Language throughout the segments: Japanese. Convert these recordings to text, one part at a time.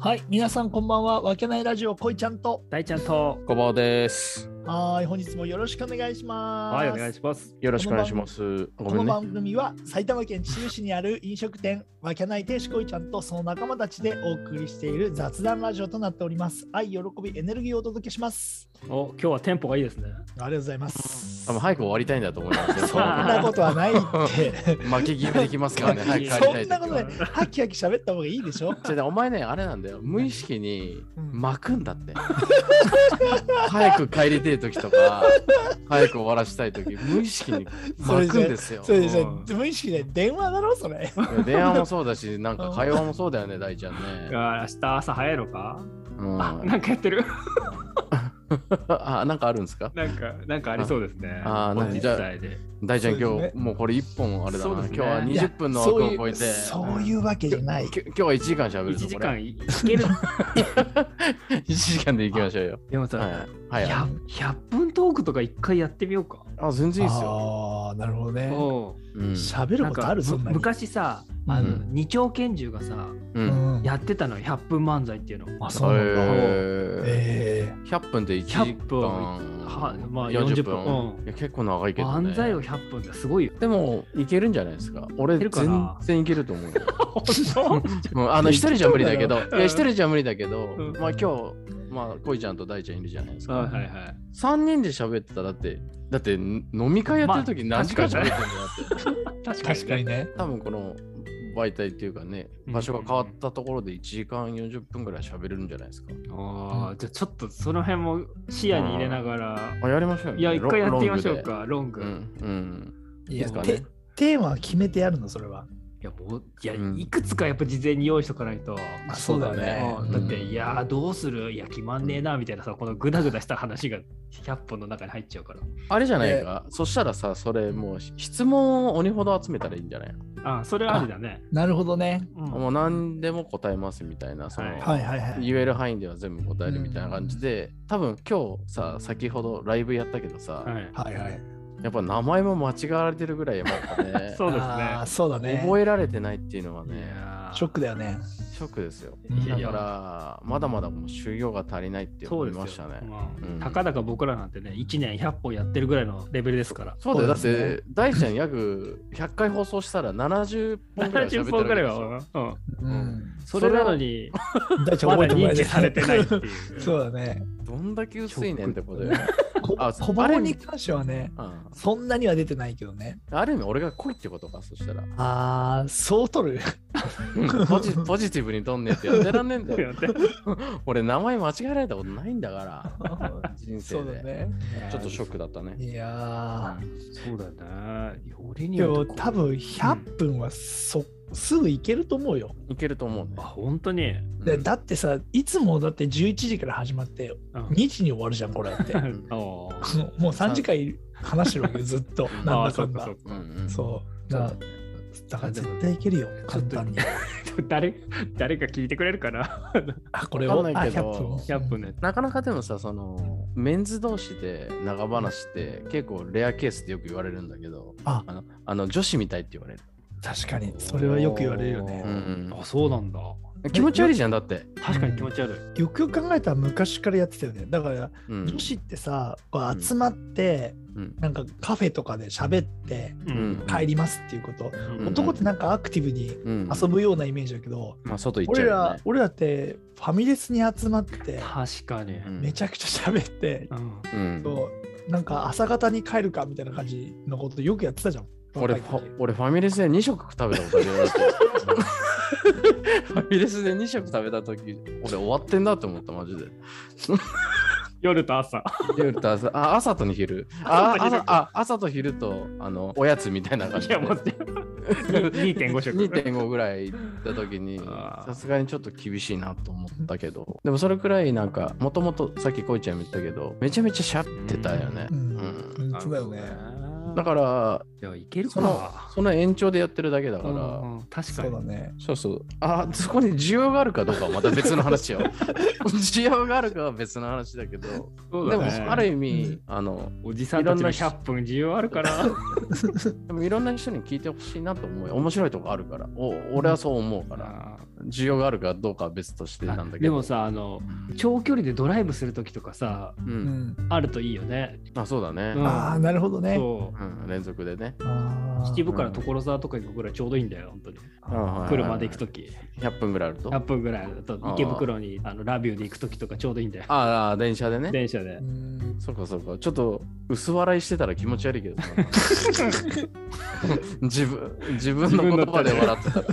はい、皆さんこんばんは。わけないラジオこいちゃんと。大ちゃんと。こんばんはです。はーい、本日もよろしくお願いします。はい、お願いします。よろしくお願いします。ごこめのんね。番組は埼玉県秩父市にある飲食店わけない亭主こいちゃんとその仲間たちでお送りしている雑談ラジオとなっております。愛、喜び、エネルギーをお届けします。お、今日はテンポがいいですね。ありがとうございます。多分早く終わりたいんだと思いますよ。そんなことは ないって。 負け気味できますからね。負け早気く帰味りそたいんなことない。はきはき喋った方がいいでし ょ。じゃあお前ね、あれなんだよ。無意識にうん巻くんだって。早く帰りたい時とか、早く終わらしたい時、無意識にそれ巻くじんゃですよそ。れでじゃうん無意識で電話だろ、それ。電話もそうだし、なんか会話もそうだよね、大ちゃんいね。や明日朝早いのか、うんあ、なんかや ってるあ、なんかあるんですかなんか、なんかありそうですね。あこーのなん時じゃあ代で。大ちゃん、そう今です日もうこれ一本あれだそうな。で今すね日はいや20分の枠を超えて。そういうそういうわけじゃないき。ょ今日は1時間しゃべる1ぞ時これ間いけ る。 1時間で行きましょうよ。でもさ、はい。はい、 100, 100分トークとか一回やってみようか。あ、全然いいですよ。ああ、なるほどね。おうん喋るなんことかあるそんなむに。昔さ、あの、う二丁拳銃がさ、うん。うんやってたのよ100分漫才っていうの。あそうなんだ。ええー、100分で1時100分は間まあ40 40分分、うんいや結構長いけど、ね、漫才を100分ってすごいよ。でもいけるんじゃないですか俺いける全かな然いけると思うよ 本当うんあの一人じゃ無理だけどいんだよや一人じゃ無理だけど、うんまあ今日まあ恋ちゃんと大ちゃんいるじゃないですか、はいはいはい。三人で喋ってたらだってだって飲み会やってる時まあ何時間喋ってんだよって、確ー、確かにね。多分この媒体っていうかねうん場所が変わったところで1時間40分ぐらい喋れるんじゃないですか、ああ、じゃあちょっとその辺も視野に入れながら、あやりましょうよいや、一回やってみましょうロングでか、ロング。うんうんいいいでや、すかてねテーマは決めてやるの、それは。いや、もう、いや、うんいくつかやっぱ事前に用意しとかないと。あそうだねうんだって、うんいやー、どうするいや、決まんねえな、みたいなさ、このグダグダした話が100本の中に入っちゃうから。あれじゃないか、そしたらさそれもう質問を鬼ほど集めたらいいんじゃない、ああ、それはありだね。なるほどね。うんもう何でも答えますみたいなその、はいはいはいはい。言える範囲では全部答えるみたいな感じで、多分今日さ先ほどライブやったけどさ、はいはいはい。やっぱ名前も間違われてるぐらいやっぱねそうですあねー。そうだね。覚えられてないっていうのはねやーショックだよね。ショックですようんいやだいやからまだまだもう修行が足りないってそ思ういですよましたね。まあうんたかだか僕らなんてね、1年100本やってるぐらいのレベルです から。そうだよ、だっそうですて大ちゃん約100回放送したら70本ぐらい喋って70るわ本けぐらいでしょは、うん、うん。それなの に、大ちゃんま覚えだてもら認え知されてないってう。いう。 そうだね。どんだけ薄いねんってことよ。こあ小あ腹れにに関してはね、うんそんなには出てないけどね。ある意味俺が濃いってことか、そしたら。あー、そう取る。ポジ ポジティブにとんねんってやってらんねんだ よ。って俺名前間違えられたことないんだから、人そ生うだで。ね。ちょっとショックだったね。いやそうだね。よりー、にでよもってこう多分100分はそ、すぐいけると思うよ。いけると思うねあ、。本当に。でうんだってさいつもだって11時から始まってうん2時に終わるじゃんこれってあーもう3時間話してるわけよずっとなんあー、だそかっんかだそっうか。んうんそうだからだから絶対いけるよ簡単に 誰誰か聞いてくれるかなあこれをわかんあないけ100ど分 ?100 分のやつ。なかなかでもさそのメンズ同士で長話って結構レアケースってよく言われるんだけどあのあの女子みたいって言われる確かにそれはよく言われるよねうんあ、そうなんだ。気持ち悪いじゃんだって、確かに気持ち悪い。よくよく考えたら昔からやってたよねだからうん女子ってさこう集まってうんなんかカフェとかで喋ってううん帰りますっていうことうんうん男ってなんかアクティブにうん遊ぶようなイメージだけどまあ外行っちゃ俺うよらね俺らってファミレスに集まって確かに。うんめちゃくちゃ喋ってう、んうんそうなんか朝方に帰るかみたいな感じのことよくやってたじゃん。俺若いフ時ァ俺ファミレスで2食食べ たことあるよだってファミレスで2食食べた時俺終わってんだって思ったマジで夜と朝。夜と朝あ朝と昼あ朝と昼朝あ朝と昼とあのおやつみたいな感 じいでや、もう2.5 食。2.5ぐらい行った時にあーさすがにちょっと厳しいなと思ったけどでもそれくらいなんかもともとさっきこいちゃんも言ったけどめちゃめちゃしゃってたよねう、んう本当だよね。だからいや、いけるそかのな。その延長でやってるだけだから、うんうん確かそうにだ。ね。そうそうあそこに需要があるかどうかはまた別の話よ 需要があるかは別の話だけどそうでだもねある意味あのおじさんたちいろんのな人100分需要あるから。でもいろんな人に聞いてほしいなと思うよ面白いとこあるからお俺はそう思うから、あー需要があるかどうかは別としてなんだけでど。もさあの長距離でドライブするときとかさう。うんん、あるといいよね、あ、そうだねう。んああなるほどね。そううん、連続でね。あー秩父から所沢とか行くぐらいちょうどいいんだよ本当に車で行くとき100分ぐらいあると。 100分ぐらいあると池袋にあのラビューで行くときとかちょうどいいんだよああ、電車でね。電車でうんそうかそうか。ちょっと薄笑いしてたら気持ち悪 いけどな自分、自分の言葉で笑ってたら。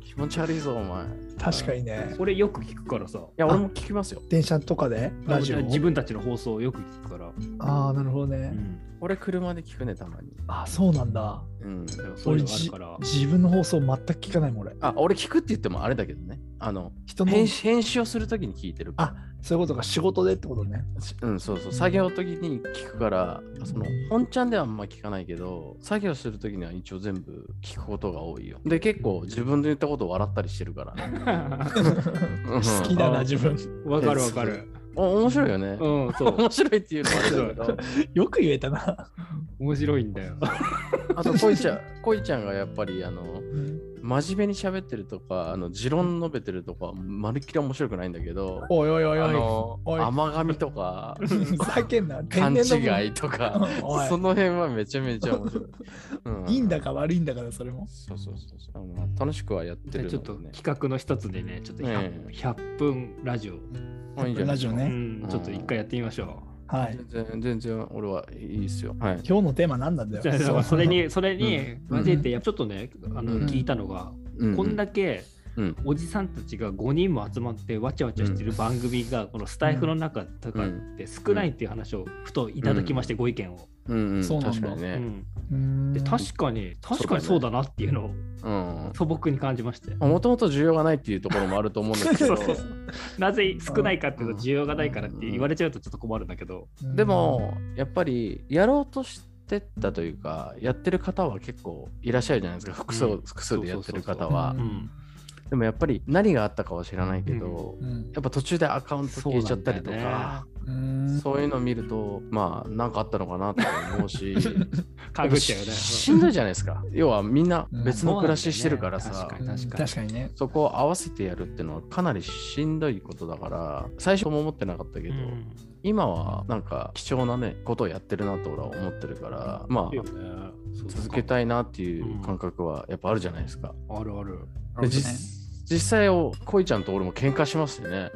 気持ち悪いぞ、お前。い確かにね。俺よく聞くからさや、俺も聞きますよ。電車とかでラジオ自分たちの放送をよく聞くから、ああ、なるほどね。俺、車で聞くね、たまに。ああ、そうなんだ。うん。でもそういうのがあるから自分の放送全く聞かないもん、俺。あ、俺聞くって言ってもあれだけどね。あの、人の編集編集をするときに聞いてる。あそういうことか、仕事でってこと ね。うん、そうそう。作業のときに聞くから、その、本ちゃんではあんま聞かないけど、作業するときには一応全部聞くことが多いよ。で、結構自分で言ったことを笑ったりしてるからね。好 好きだな、自分。 わかるわかる。お面白いよね。うん、そう。面白いっていうのもあれだけよく言えたな。面白いんだ よ。ど、あと、こいちゃん、こいちゃんがやっぱり、あの、真面目に喋ってるとか、あの、持論述べてるとか、まるっきり面白くないんだけど、おいおいおいあおの、おい甘噛みと かい。、 ふざけんな。勘天然の違いとか、 おいその辺はめちゃめちゃ面白い。うんいいんだか悪いんだから、それも。そうそうそうそうあの。楽しくはやってるのちょっとでね企。画の一つでね、ちょっと 100, ええ100分ラジオ、あいいんじゃないラジオうね。ん、ちょっと一回やってみましょはい。全然、全然俺はいいですよ。はい。今日のテーマ何なんだう。よ。じゃあだからそれに、それにうん、交えて、やっぱちょっとね、あのうん聞いたのが、こんだけうんおじさんたちが5人も集まってわちゃわちゃしてる番組が、このスタイフの中とかって少ないっていう話をふといただきまして、ご意見を。うんうん、そうなんだ確かにうね。んうんで確かに、確かにそうだなっていうのをうん。素朴に感じまして。もともと需要がないっていうところもあると思うんですけ ど、そうそうそうなぜ少ないかっていうと需要がないからって言われちゃうとちょっと困るんだけど、うんでも、やっぱりやろうとしてたというか、やってる方は結構いらっしゃるじゃないですか、複数,、うん複数でやってる方うはん。でもやっぱり何があったかは知らないけど、うんやっぱ途中でアカウント消えちゃったりそうとなんだよかね、うんそういうのを見ると、まあ、なんかあったのかなと思う し、かぐっちゃうよね。ししんどいじゃないですか。要はみんな別の暮らししてるからうんそうさな、んだよねうん確確かにね。そこを合わせてやるっていうのはかなりしんどいことだから、最初も思ってなかったけうど、ん今はなんか貴重なね、ことをやってるなと俺は思ってるから、まいいよあ、ねそう続けたいなっていう感覚はやっぱあるじゃないですか。あるある。 で実実際を恋ちゃんと俺も喧嘩しますよね。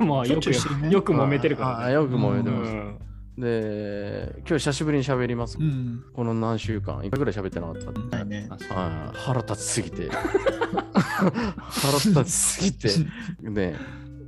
まあよしょっちゅうしてるねくよく揉めてるかああらね。よく揉めてうます。んで、今日久しぶりに喋ります。うん。この何週間、いくらぐらい喋ってなかったないね。確かはい腹立ちすぎて腹立ち すぎてね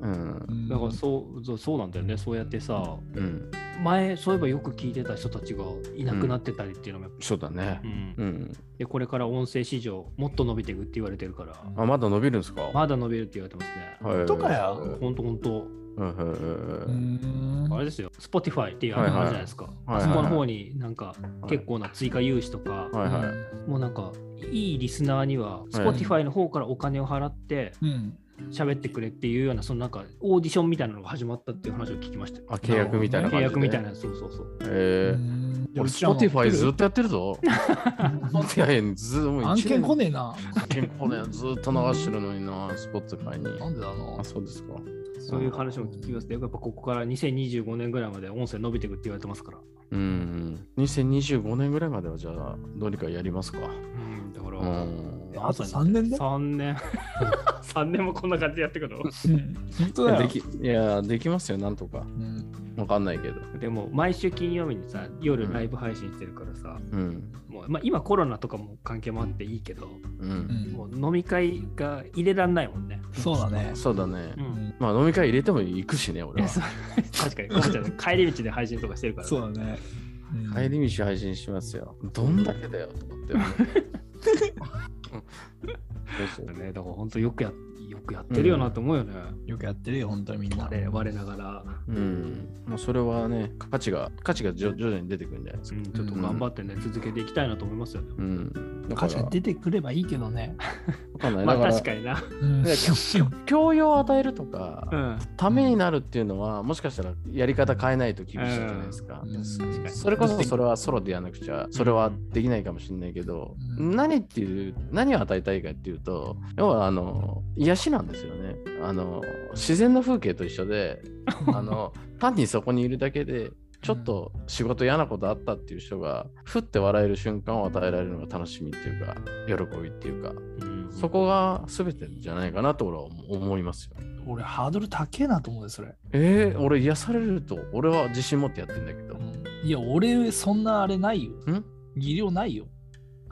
うんうんにだからそうそうそうなんだよね。そうやってさ、うん前そういえばよく聞いてた人たちがいなくなってたりっていうのもやっぱそうだねうんうんでこれから音声市場もっと伸びていくって言われてるから、あまだ伸びるんですかまだ伸びるって言われてますね。はいとかやほんとほんと。うんうんううんうんんあれですよ、Spotify っていうアプリあるじゃないですか。はいはいあそこの方になんか結構な追加融資とか、はいはいもうなんかいいリスナーには Spotify の方からお金を払ってうん。喋ってくれっていうような、そのなんかオーディションみたいなのが始まったっていう話を聞きましたよ。あ契約みたいな感契じで約みたいな、そうそうそう。ええ俺 Spotify ずっとやってるぞ Spotify ずっとも う案一件年来ねえな。案件来ねえずっと流してるのにな Spotify なにんでだろあそうですかそういう話も聞きますね。やっぱここから2025年ぐらいまで音声伸びていくって言われてますから。うんうん2025年ぐらいまではじゃあどうにかやりますかうん、だかうら、んう。あと3年で3年。3年もこんな感じでやっていくの本当いだよやできいやできますよなんとかうんわかんないけどでも毎週金曜日にさ夜ライブ配信してるからさ、うんもうまあ、今コロナとかも関係もあっていいけど、う、うんんもう飲み会が入れらんないもんね。そうだね。そうだね、うんまあ飲み会入れても行くしねい俺やは そう確かに、こうちゃん帰り道で配信とかしてるから、そうだね。うん帰り道配信しますよどんだけだよと思 って思うそうそうね。だから本当よくやよくやってるよなと思うよね。よくやってるよ、本当にみんな。我我ながら、うんもうそれはね価値が価値が徐徐々に出てくるんじゃないですうかんちょっと頑張ってね、続けていきたいなと思いますよね。うんだか価値らが出てくればいいけどね。かんない。まだあから、確かにな。うん教養を与えるとか、うん。ためになるっていうのは、もしかしたらやり方変えないと厳しいじゃないですか。確かに。それこそそれはソロでやらなくちゃそれはできないかもしれないけど、何っていう何を与えたいかっていうと要はあの癒しなんですよねあの自然の風景と一緒 であの単にそこにいるだけでちょっと仕事嫌なことあったっていう人がふって笑える瞬間を与えられるのが楽しみっていうか喜びっていうかうんそこが全てじゃないかなと俺は思思いますよ。 俺ハードル高えなと思うよそれ、えー、俺癒されると俺は自信持ってやってんだけどいや俺そんなあれないよ技量ないよ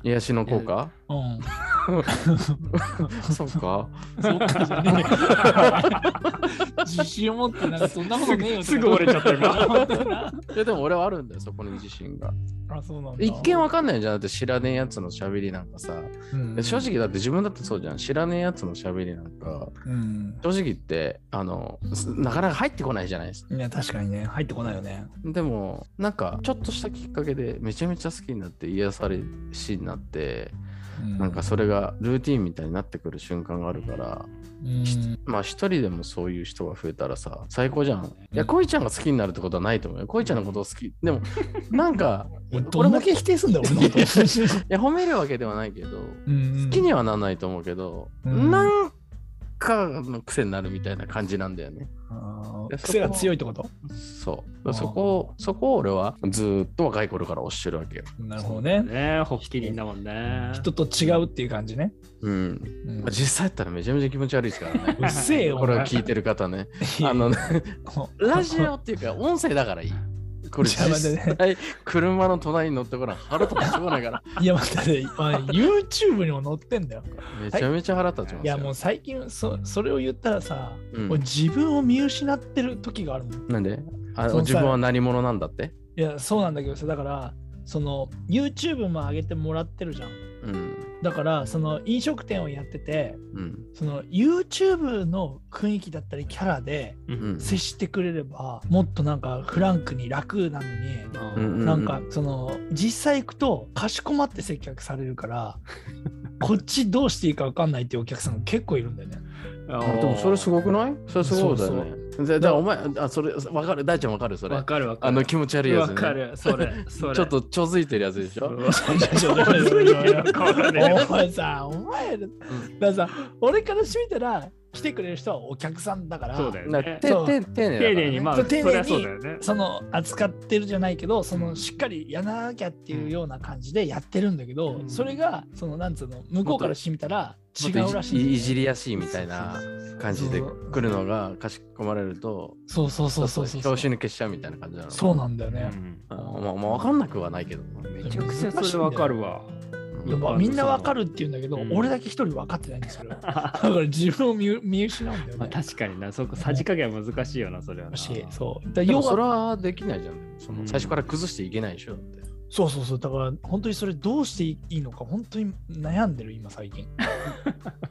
癒しの効果うんそうかそっかじゃねえ 自信を持ってなんかそんなことねえよすぐすぐ折れちゃった 今よいやでも俺はあるんだよ、そこに自信が。あそうなんだ一見わかんないじゃん。だって知らねえやつの喋りなんかさ。うん正直だって自分だってそうじゃん。知らねえやつの喋りなんか、うん正直言って、あの、すなかなか入ってこないじゃないですか。いや確かにね入ってこないよねでも、なんか、ちょっとしたきっかけでめちゃめちゃ好きになって、癒されしになって、なんかそれがルーティンみたいになってくる瞬間があるから、うんまあ一人でもそういう人が増えたらさ、最高じゃん。いや、恋ちゃんが好きになるってことはないと思うよ。恋ちゃんのことを好き。でも、なんか、俺どんだけ否定すんだよ俺のこといや褒めるわけではないけど、好好きにはならないと思うけど、うんなんかの癖になるみたいな感じなんだよね。癖が強いってことそう。あーそこを、そこを俺はずーっと若い頃から推してるわけよ。なるほどねねえ、ホッキリンだもんね。人と違うっていう感じね、うん。うん。まあ、実際やったらめちゃめちゃ気持ち悪いですからね うっせえよこれを聞いてる方ね。あのね、ラジオっていうか音声だからいい。これいやまあね実際、車の隣に乗ってごらん。腹立つしょうがないから。いや待って、まあ、YouTube にも載ってんだよめちゃめちゃ腹立ちますよ。いやもう最近そそれを言ったらさ、うん俺自分を見失ってる時があるもんなんであそのさ自分は何者なんだっていやそうなんだけどさだからその YouTube も上げてもらってるじゃんうん。だからその飲食店をやっててうん。その YouTube の雰囲気だったりキャラでううんん。接してくれればもっとなんかフランクに楽なのにあうんーなんかその実際行くとかしこまって接客されるから こっちどうしていいか分かんないっていうお客さんが結構いるんだよね。ああーでもそれすごくないそれすごいだよね。だだからお前、あ、それ、わかる、大ちゃんわかる、それわ。かるわかる。あの気持ち悪いやつ、わね。かる、それ、それ。ちょっとちょづいてるやつでしょ。お前さお前らだからさ俺からしてみたら来てくれる人はお客さんだからそうだよなね丁て。そうて丁寧だからね寧に、まあ、そそうり丁寧にゃそうだよね。その扱ってるじゃないけどそのしっかりやらなきゃっていうような感じでやってるんだけど、うんそれがそのなんつうの向こうからしてみたら違もうっとらいしいんだよね、じいじりやしいみたいな感じで来るのがかしこまれると、そうそうそうそうそうちょっと拍子抜けしちゃうみたいな感じなの。そうなんだようね、んあまあ、まあ、わかんなくはないけど。めちゃくちゃそれわかるわ。うんでもうんみんなわかるって言うんだけど、うん俺だけ一人分かってないんですよ。だまから自分を見見失うん だよあ、ね。確かにな、そこ、さじ加減は難しいよな、それはな。だしそう。だからでも要それははできないじゃん。その最初から崩していけないでしょ。だってそうそうそう。だから本当にそれどうしていいのか本当に悩んでる今最近。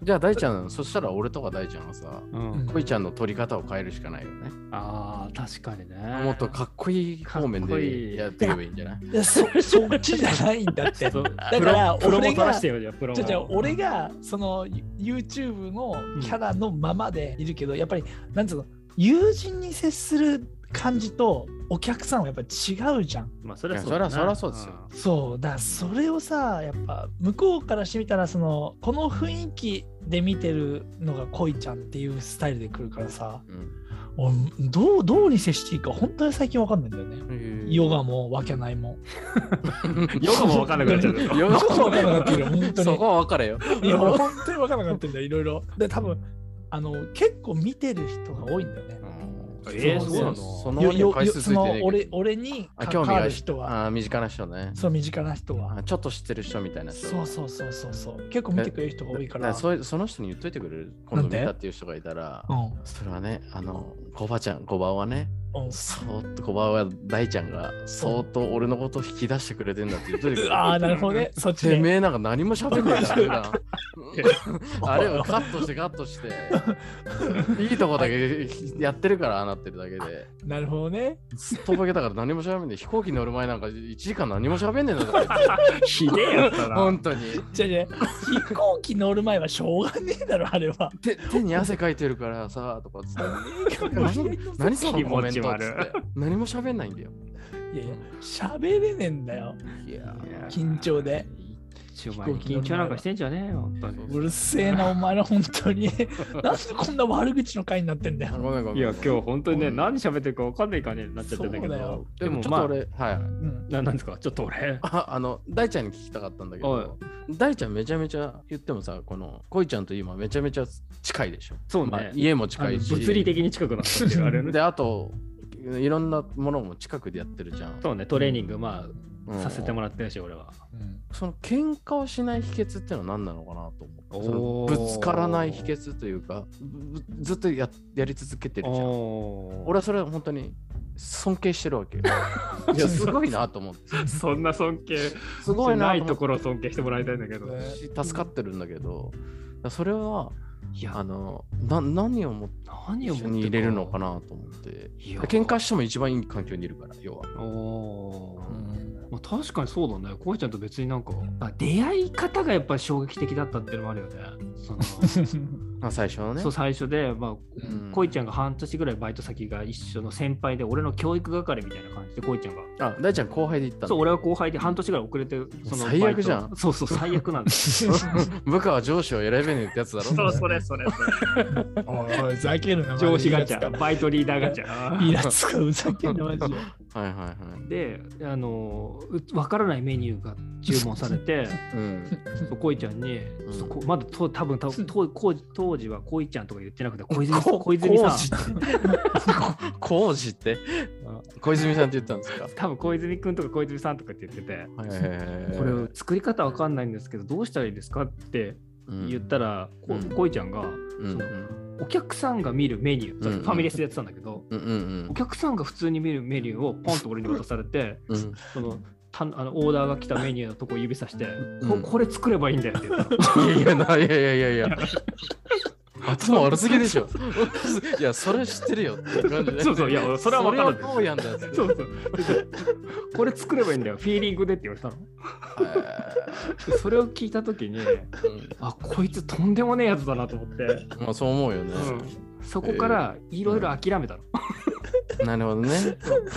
じゃあ大ちゃん、そしたら俺とか大ちゃんはさ、うん。恋ちゃんの取り方を変えるしかないよね。ああ、確かにね。もっとかっこいい方面かっこいでいやっていけばいいんじゃないいやそそっちじゃないんだ って。そうだからプロプ俺ロも取がらしてよ、じゃあプロじゃあじゃあも。俺がその YouTube のキャラのままでいるけど、やっぱりなんつうの友人に接する感じとお客さんはやっぱ違うじゃん。まあ、それはいやそりゃなそりゃそうですよそうだからそれをさやっぱ向こうからしてみたらそのこの雰囲気で見てるのが恋ちゃんっていうスタイルで来るからさうん俺どうどうに接していいか本当に最近わかんないんだよね。ヨガもわけないもん。ヨガもわかんなくなっちゃう。ヨわ ガかんなくなってるよ、本当そにこ。は分かれよ。いや、本当にわかんなくなってるんだよ、いろいろ。で、多分あの結構見てる人が多いんだよね。えー、そうそうなのそよのよ回数ついそてのねえけ俺ど俺にあ関興味わがあるる人人は、あー身近な人ね。そう身近な人はあ。ちょっと知ってる人みたいな人。そうそうそうそうそう。結構見てくれる人が多いか。だかららそういうその人に言っといてくれる今度見たっていう人がいたらう、んそれはね、あの、コバちゃん、コバはね、うんそーっと小林は大ちゃんがそーっと俺のことを引き出してくれてんだって言っといてくれ うてああ、なるほどね。そっちてね。めえなんか何も喋んないじゃん普段 あれをカットしてカットしていいとこだけやってるからああなってるだけでなるほどね。すっとぼけたから何も喋んねえ飛行機乗る前なんか1時間何も喋んねえんだからひでえやったな。本当にじゃあね、飛行機乗る前はしょうがねえだろ、あれは。 手手に汗かいてるからさとかつって何何そのコメントっつって何も喋んないんだよいやいや、喋れねえんだよ。いやー緊張で。ちょお前緊張なんかしてんじゃねえよ。本当にうるせえな、お前ら、本当 に。なんでこんな悪口の回になってんだあよ。ごめんごめんいや、今日本当にね、うん何喋ってるか分かんない感じになっちゃってんだけそうだよど。ででももちょっとま俺、はいはいうん。あ、ななんですかちょっと俺。ああの大ちゃんに聞きたかったんだけど大ちゃんめちゃめちゃ言ってもさこの恋ちゃんと今めちゃめちゃ近いでしょそうねまあ家もあ近のいし物理的に近くなったっていうあれねであといろんなものも近くでやってるじゃん、そうね、トレーニング、まうあ、んさせてもらってるし、俺は。その喧嘩をしない秘訣ってのは何なのかなと思おーってそのぶつからない秘訣というかぶずっとややり続けてるじゃん俺俺はそれは本当に尊敬してるわけ よいやすごいなと思ってそんな尊敬すごいなないととこころを尊敬してもらいたいんだけど。ろ助かってるんだけどだからそれはいあ、のな何をもって何を一緒に入れるのかなと思っていや喧嘩しても一番いい環境にいるから要はおーまあ、確かにそうだね。こうちゃんと別になんか、あ出会い方がやっぱり衝撃的だったっていうのもあるよね。その まあ最初のねそう最初で、まあ、うんこいちゃんが半年ぐらいバイト先が一緒の先輩で、俺の教育係みたいな感じで、こいちゃんが。あ大ちゃん後輩で行ったんだそう、俺は後輩で半年ぐらい遅れて、その最悪じゃんバイトそうそう、最悪なんです。部下は上司を選べねえってやつだろそうそれ、それ。 おいおい、ふざけるな、マジで上司ガチャ、バイトリーダーガチ ャ。イラつく、ふざけんな、マジで。はいはいはいであのうわからないメニューが注文され てうんそうこいちゃんに、んそうこまだと多分たとこう当時はこいちゃんとか言ってなくて小泉さんこ小泉さん工事って小泉さんって言ったんですか多分小泉君とか小泉さんとかって言ってて。はいこれ作り方わかんないんですけどどうしたらいいですかって言ったら、こうんこいちゃんが、うんそのお客さんが見るメニュー、うんうんファミレスでやってたんだけど、うんうんお客さんが普通に見るメニューをポンと俺に渡されて、うんうんそのたあのオーダーが来たメニューのとこ指さして、うんここれ作ればいいんだよって言ったのいやいやないやいやいやいや頭悪すぎでしょいやそれ知ってるよって感じでそうそう、いや、それは分かるんだよそれはどうやんだよってそうそう。これ作ればいいんだよ、フィーリングでって言われたの。でそれを聞いたときに、あこいつとんでもねえやつだなと思って、まあそう思うよね。うん、そこからいろいろ諦めたの。なるほどね。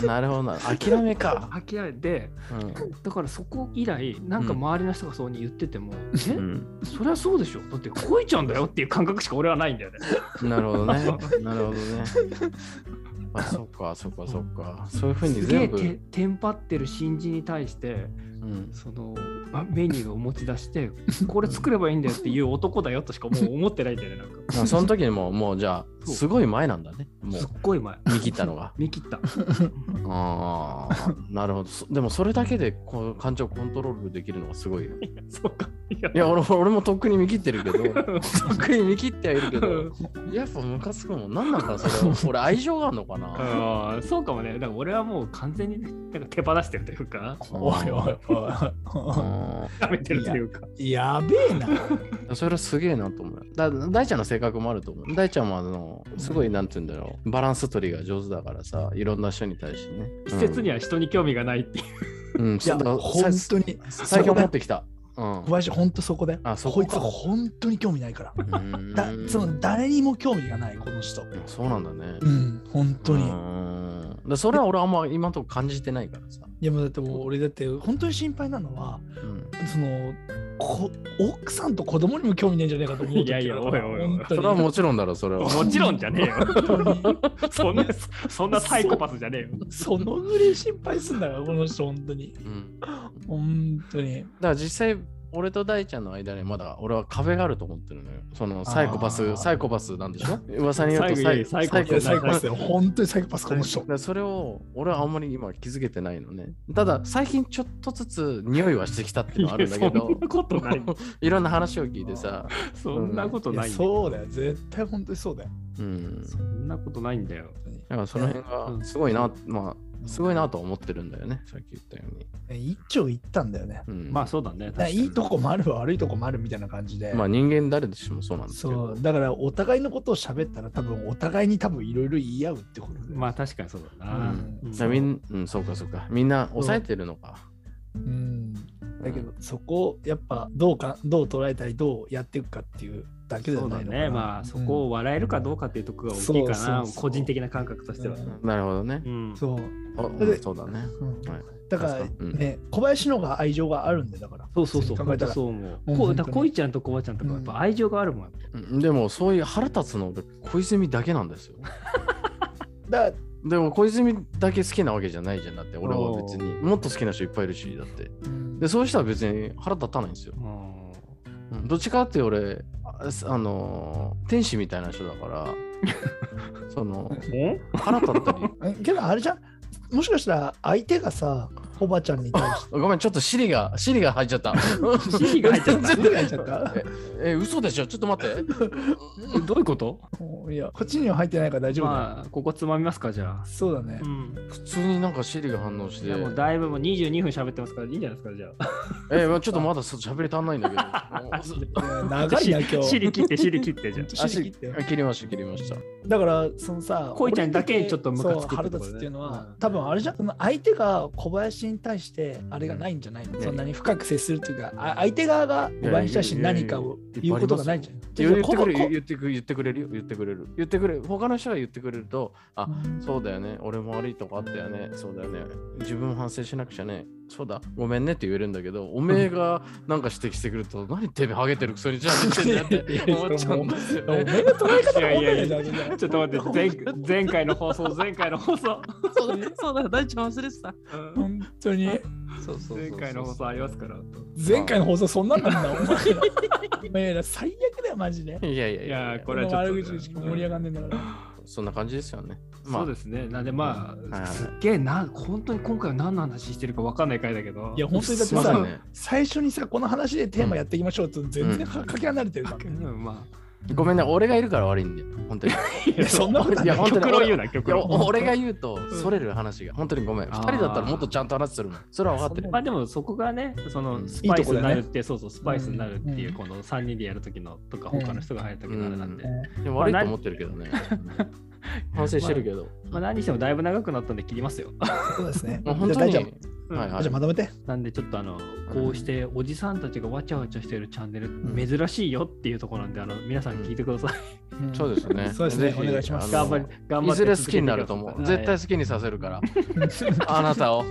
なるほどな。諦めか。諦めて、うんだからそこ以来、なんか周りの人がそうに言ってても、うんえそりゃそうでしょ、だってこいちゃんだよっていう感覚しか俺はないんだよね。 なるほどね。なるほどね。 あ、そっか、そっか、そっか。そういうふうにすげえ全部。てテンパってる新人に対して、うんそのまメニューを持ち出して、これ作ればいいんだよっていう男だよとしかもう思ってないんだよね、なんか。まあその時にもう、もうじゃあ、そうすごい前なんだね。もうすっ、ごい前。見切ったの が。見切った。ああ、なるほど。そでも、それだけでこう感情コントロールできるのがすごいよ。いそうか。いや、や、俺俺もとっくに見切ってるけ ど、とっくに見切ってはいるけ ど、やっぱムカつくもん。なんなんかな、それは。俺、愛情があるのか な。あーそうかもね。だから俺はもう完全になんか手放してるというか、おいおいおうんやめてるというか。い。やべえな。それはすげえなと思う。だ大ちゃんの性格もあると思う。大ちゃんもあの、すごい、なんて言うんだろう、バランス取りが上手だからさ、いろんな人に対してね。季節には。は人に興味がないっていう。ういん、や、そうだ本当に。さ最近思ってきた。う小。ん林、本当そこで。あ、そここいつ、か。本当に興味ないから。うんだその誰にも興味がない、この人。そうなんだねう。ん、本当に。うん。だそれは俺あんま今のとこ感じてないからさ。いや、もうだってもう俺だって、本当に心配なのは、うん。その、こ奥さんと子供にも興味ないんじゃないかと思う時いやいやあるからおいおいおい本当そにれはもちろんだろ、それは。もちろんじゃねえよ。本当に そんな、そんなサイコパスじゃねえよ。 そのぐらい心配すんだから、この人、本当に。うん。だか本当に。ら実際、俺と大ちゃんの間にまだ俺は壁があると思ってるのよ。そのサイコパあース、サイコパスなんでしょ噂によると最後いやいやサイ最後コいやササイイココパパススだよ。本当にサイコパス、この人だか。らそれを俺はあんまり今気づけてないのね。ただ最近ちょっとずつ匂いはしてきたっていうのはあるんだけいやそどん、なことない。 いろんな話を聞いてさ、そんなことないいんやだよ。そうだよ。絶対本当にそうだよ。うん。そんなことないんだよ。だからその辺うがんすごいな、まあすごいなとは思ってるんだよね、さっき言ったように。ね一丁行ったんだよね。うん、まあそうだね。だからいいとこもあれば悪いとこもあるみたいな感じで。まあ人間誰としてもそうなんですけど。そうだからお互いのことを喋ったら多分お互いに多分いろいろ言い合うってことだよねまあ確かにそうだうな。んうんだからみんうん、そうかそうか。みんな抑えてるのか。うんだけどそこをやっぱどうかどう捉えたりどうやっていくかっていうだけではそうなだいのかなね。まあそこを笑えるかどうかっていうところが大きいかそうそなう。そう個人的な感覚としては。うんなるほどねう。ん。そう、おそれでそうだね。うんはいだから確かにうんね、小林の方が愛情があるんでだからそうそうそう。考本えた当らそう思うう。んこ本当うにだからこいちゃんとこばちゃんとかやっぱ愛情があるもん。うんでもそういう腹立つの俺小泉だけなんですよ。だかでも小泉だけ好きなわけじゃないじゃんだって俺は別にもっと好きな人いっぱいいるしだってら、うんでそういう人は別に腹立たないんですよ。うんうんどっちかって俺ああのー天使みたいな人だからその腹立ったり えけどあれじゃんもしかしたら相手がさおばちゃんに対してごめんちょっとシリがシリが入っちゃった。 シリが入っ ちゃったシリが入っちゃったええ嘘でしょちょっと待って。えどういうこともういやこっちには入ってないから大丈夫だよ、まあここつまみますかじゃあ。そうだね、うん。普通になんかシリが反応しいてやもうだいぶもう22分喋ってますからいいんじゃないですかじゃあ。えまあちょっとまだそう喋り足んないんだけどいや長いな今日シリ切ってシリ切ってじゃあ。シリ切ってあ切りました切りました。だからそのさ恋ちゃんだけちょっとムカそうつくって腹ことね立つっていうのは、うん多分あれじゃんその相手が小林に対してあれがないんじゃないの、うんそんなに深く接するっていうかあ相手側が小林に対して何かを言うことがないんじゃない言ってこくれるこ言ってくれる言ってくれるよ言ってくれる言ってくれる他の人が言ってくれるとあそうだよね俺も悪いとこあったよねそうだよね自分も反省しなくちゃねそうだごめんねって言えるんだけどおめえがなんか指摘してくると何てめえハゲてるクソにじゃんってんだよって思っちゃうんですよお前ねの捉え方がいやいや分いかんないやじゃんちょっと待って前前回の放送前回の放送。そう だそうだ大ちゃん忘れてた本当にそうそうそうそう前回の放送ありますから。前回の放送そんなんなんだお前らお前ら最悪だよマジでいやいや いいややこれはちょっと悪口しか盛り上がんねえんだから、そんな感じですよねまあそうですね。なんでまはいはあ、いすっげえな、本当に今回は何の話してるか分かんない回だけど。いや本当にだってすいませさ、んね最初にさこの話でテーマやっていきましょうって全然かけ離れてるから、うんまごめんね俺がいるから悪いんだよ本当にあ、いいやそんなことないいや本当に極論言うな、極いや論。お俺が言うと、それる話が、本当にごめん。あー二人だったらもっとちゃんと話するもん。それは分かってる。まあでもそこがね、そうんのスパイスにないるいって、そうそう、スパイスになるっていうう、んこの3人でやるときのとか、うん他の人が入るときのあれなんで、ううでも悪いと思ってるけどね。反省してるけど。まあ何にしてもだいぶ長くなったんで切りますよ。んそうですねもう本じゃ当あ大に。ちはゃんいはいじゃあまとめてなんでちょっとあの、こうしておじさんたちがわちゃわちゃしてるチャンネんル、珍しいよっていうところなんで、あの皆さん聞いてください。そうですね。そうですねぜひお願いしますあ頑の張り、頑張いっずてれ続けてください。好きになると思う。絶対好きにさせ るから。あなたを。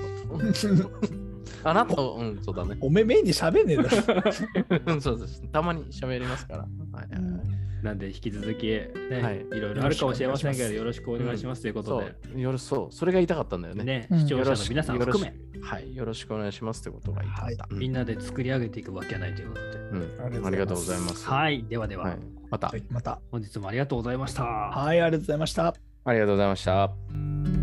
あなたを、うん、そうだ ね。おめめに喋んねえだろ。うんそうです。たまに喋りますから。はいはいはいなんで引き続き、ねはいい、ろいろあるかもしれませんけど、よろしくお願いしますということそで、う、よろそう、それが言いたかったんだよね。ねうん視聴よ者ろのしく皆さんよろ含しめ、くはい、よろしくお願いしますってことが言いたかった。みんなで作り上げていくわけないということで。 うん、ありがとうございます。はい、ではでは、はい、またはい、また。本日もありがとうございました。はい、ありがとうございました。ありがとうございました。 「